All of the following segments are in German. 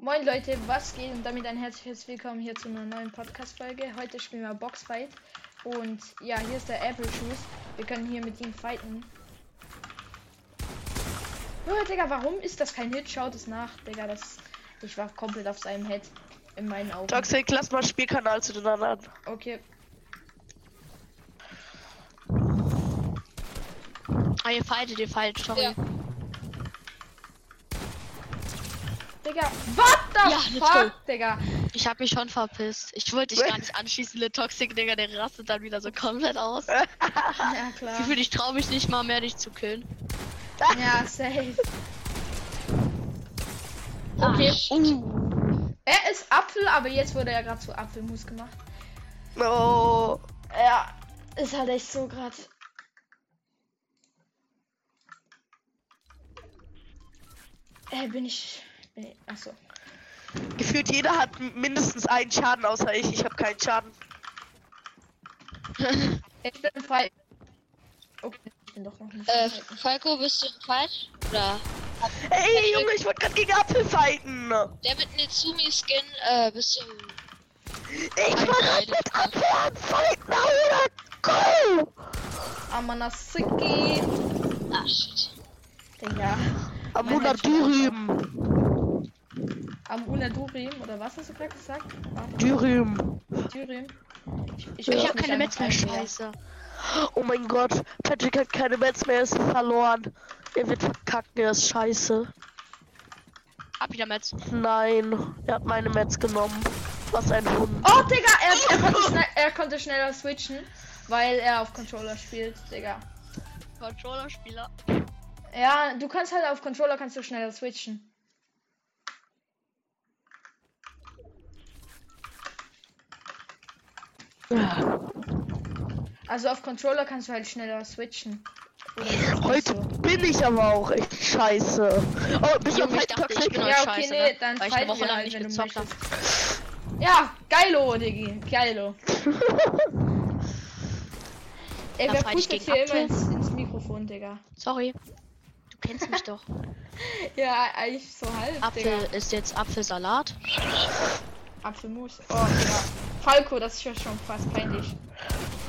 Moin Leute, was geht und damit ein herzliches Willkommen hier zu einer neuen Podcast-Folge. Heute spielen wir Boxfight und ja, hier ist der Apple Shoes. Wir können hier mit ihm fighten. Nur, Digga, warum ist das kein Hit? Schaut es nach, Digga, das. Ich war komplett auf seinem Head. In meinen Augen. Toxic, lass mal Spielkanal zu den anderen. Okay. Ah, ihr fightet, ihr fightet, sorry. Ja. Digga, what the Ja, let's fuck, Digga? Ich hab mich schon verpisst. Ich wollte dich gar nicht anschießen, der Toxic, Digga, der rastet dann wieder so komplett aus. Ja, klar. Gefühl, ich trau mich nicht mal mehr, dich zu killen. Ja, safe. Ah, Okay. Er ist Apfel, aber jetzt wurde er gerade zu Apfelmus gemacht. Oh. Ja, ist halt echt so gerade. Äh, bin ich. Bin ich achso. Gefühlt jeder hat m- mindestens einen Schaden, außer ich. Ich habe keinen Schaden. Ich bin frei. Okay, ich bin doch noch nicht. Äh, frei. Falco, bist du falsch? Oder? Ey, Junge, ich wollte gerade gegen Apfel fighten. Der mit Nezumi-Skin, äh, bist du. Ich wollte Alter. mit Apfel am fighten, Alter. Go! Amanasiki. Ah, shit. Digga. Am Mein Mensch. Dürim. Am Unadurim, oder was hast du gerade gesagt? Warte, Dürim. Durim. Ich, Ich muss hab mich keine Metz einfach mehr, einwählen. scheiße. Oh mein Gott. Patrick hat keine Mets mehr, er ist verloren. Er wird verkacken, er ist scheiße. Hab wieder Metz. Nein, er hat meine Mets genommen. Was ein Hund. Oh, Digga, er, er, konnte schnell, er konnte schneller switchen, weil er auf Controller spielt, Digga. Controller-Spieler. Ja, du kannst halt auf Controller kannst du schneller switchen. Also auf Controller kannst du halt schneller switchen. Oder so. Heute bin ich aber auch echt scheiße. Oh, bist du Junge, ich fight dachte, ich Toxic? bin Ja, euch okay, scheiße, nee, ne? dann Weil ich eine fighten Woche wir lang halt, nicht wenn du gezockt hab. Ja, geilo, Diggi. Geilo. Ey, Da wer fight ich pustet gegen hier immer Apfel. ins, ins Mikrofon, Digga? Sorry. Du kennst mich doch. Ja, eigentlich so halb, Digga. Apfel ist jetzt Apfelsalat. Apfelmus. Oh, ja. Falco, das ist ja schon fast peinlich.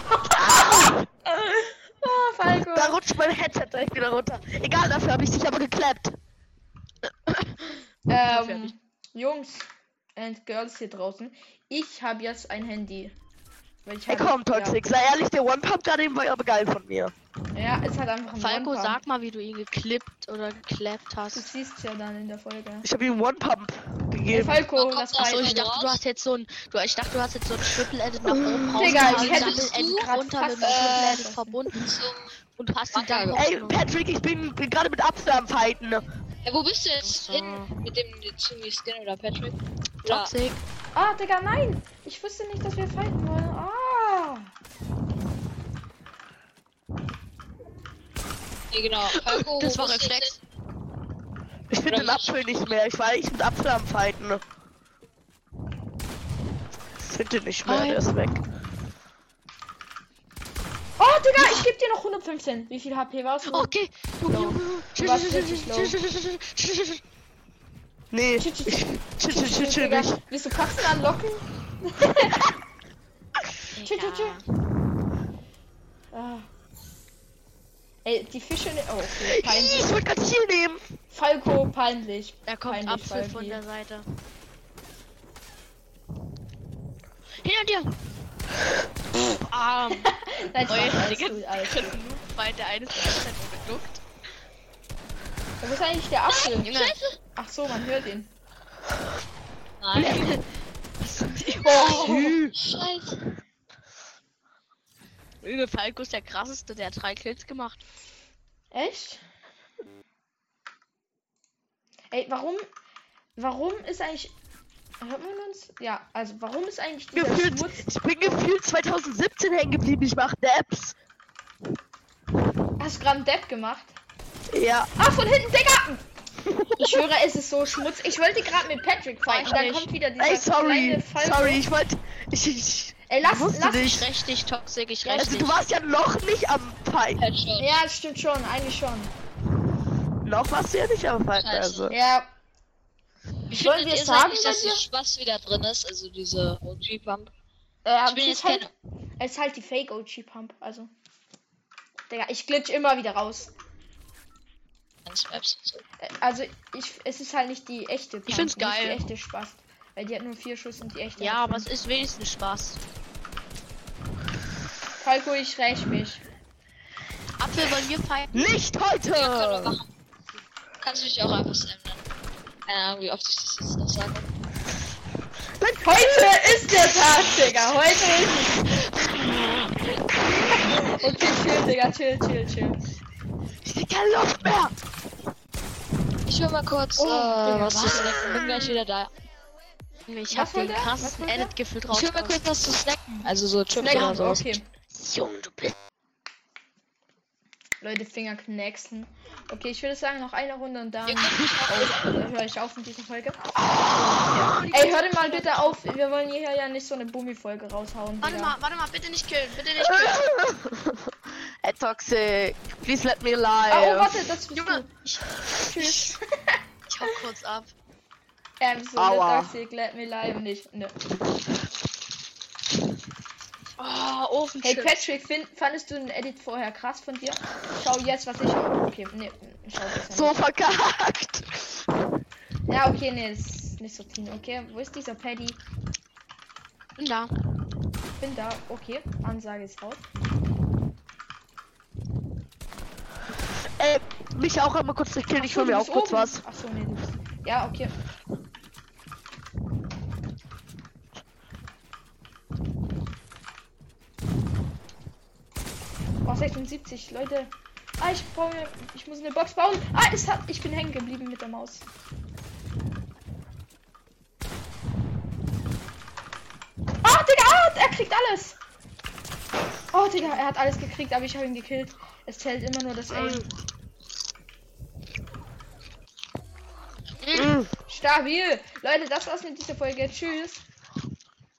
Ah, Falco. Da rutscht mein Headset direkt wieder runter. Egal, dafür habe ich dich aber geklappt. dafür hab ich- Ähm, Jungs and Girls hier draußen. Ich habe jetzt ein Handy. Weil ich Hey, hab- komm, Toxic, sei ehrlich, der One-Pump gerade eben war aber geil von mir. Ja, ja es hat einfach ein Falco, One-Pump. sag mal, wie du ihn geklippt oder geklappt Du hast. siehst ja dann in der Folge. Ich habe ihm One-Pump Hey, gegeben. Falco, Wann kommt das das? Achso, war ich dachte, du hast jetzt so ein. Du, ich dachte, du hast jetzt so ein Triple Edit nach oben raus. Digga, ich hätte Double es Edit grad runter fast mit einem Triple Edit geschossen. verbunden Zum, Äh. und du hast ihn Mann, dann Digga. Ey, getroffen. Patrick, ich bin, bin gerade mit Apfel am Fighten. äh, wo bist du jetzt Ach so. hin? Mit dem Nezumi-Skin oder Patrick? Oder? Toxic. Ah, Digga, nein! Ich wusste nicht, dass wir fighten wollen. Ah! Nee, genau. Falco, Das wo war bist du Reflex. jetzt hin? Ich finde den Apfel nicht mehr. Ich war echt mit Apfel am Fighten. Finde nicht mehr, Hi. der ist weg. Oh, Digga, ich geb dir noch 115. Wie viel HP warst du? Oh Okay. Du warst richtig low. Nee, Tsch, ich tsch, chill, chill, chill, chill Digga, nicht. willst du Katzen anlocken? Tschüss, tschüss, tschüss. Ah. Ey, die Fische. ne- Oh, okay. Ih, Peinlich. Ich wollte gerade hier nehmen. Falco, peinlich. Da kommt Peinlich, Apfel Falki. von der Seite. Hinter dir! Arm! Nein, Euer Spaß, alles Digga. gut, alles gut. Weil der eine ist die ganze Zeit nur geduckt. Da ist eigentlich der Apfel. Junge! Ach so, man hört ihn. Nein. Oh. Ih, Scheiße. Junge, Falco ist der krasseste, der hat drei Kills gemacht. Echt? Ey, warum. Warum ist eigentlich. Hört man uns? Ja, also warum ist eigentlich dieser Gefühlt, Schmutz. ich bin gefühlt 2017 hängen geblieben. Ich mache Apps. Hast du gerade einen Depp gemacht? Ja. Ah, von hinten, Digga! Ich schwöre, es ist so schmutzig. Ich wollte gerade mit Patrick fighten, dann Echt? kommt wieder dieser Ey, sorry. kleine Falco. Sorry, ich wollte. Ich, ich, Ey, lass, wusste lass. nicht. Ich rächt dich, Toxic, ich rächt also, dich. du warst ja noch nicht am Fight. Headshot. Ja, das stimmt schon, eigentlich schon. Noch warst du ja nicht am Fight. Scheiße. Also. Ja, Wie Sollen findet wir ihr sagen, sagen, dass wenn die wir- Spaß wieder drin ist? Also diese OG-Pump. Äh, Ich bin sie jetzt ist halt, es ist halt die Fake OG Pump, also. Digga, ich glitch immer wieder raus. Ganz Maps und so. Äh, Also, ich, es ist halt nicht die echte Pump. find's geil. Nicht die echte Spaß. Weil die hat nur vier Schuss und die echte. Ja, hat aber es fünf. ist wenigstens Spaß. Falco, ich räch mich. Apfel, wollen wir fighten? Nicht heute! Ja, können wir machen. Kannst du dich auch einfach ändern. Keine Ahnung, wie oft ich das jetzt noch sage. Heute ist der Tag, Digga. Heute ist es. Okay, chill, Digga. Chill, chill, chill. Ich krieg keine Luft mehr! Ich will mal kurz, Oh, äh, Digga, was zu snacken. Bin gleich wieder da. Ich Was hab wollt den ihr? Was krassesten wollt ihr? Edit-Gefühl drauf. Ich will mal kurz was zu snacken. Also so Chips Snack, oder so. okay. Junge, du bist. Leute, Finger knacksen. Okay, ich würde sagen, noch eine Runde und dann Ihr könnt mich auch höre ich auf mit dieser Folge. Ey, hör dir mal bitte auf. Wir wollen hier ja nicht so eine Bumi-Folge raushauen. Warte Digga. mal, warte mal, bitte nicht killen, bitte nicht killen. Ey, Toxic, please let me live. Ah, oh, warte, das bist Junge, du. Tschüss. Ich hau kurz ab. Ähm, so Aua. eine Toxic, let me live nicht. Ne. Oh, Ofen. Hey Patrick, find, fandest du den Edit vorher krass von dir? Schau jetzt, was ich. Okay, nee, schau jetzt. So verkackt. Ja, okay, nee, ist nicht so clean. Okay, wo ist dieser Paddy? da. Bin da. Okay, Ansage ist raus. Ey, mich auch einmal kurz nicht killen, ich hol mir auch kurz was. Achso, nee, du bist. Ja, okay. Oh, 76, Leute. Ah, ich brauche mir. Ich muss eine Box bauen. Ah, es hat, ich bin hängen geblieben mit der Maus. Ah, Digga, ah, er kriegt alles. Oh, Digga, er hat alles gekriegt, aber ich habe ihn gekillt. Es zählt immer nur das Aim. Mm. Stabil. Leute, das war's mit dieser Folge. Tschüss.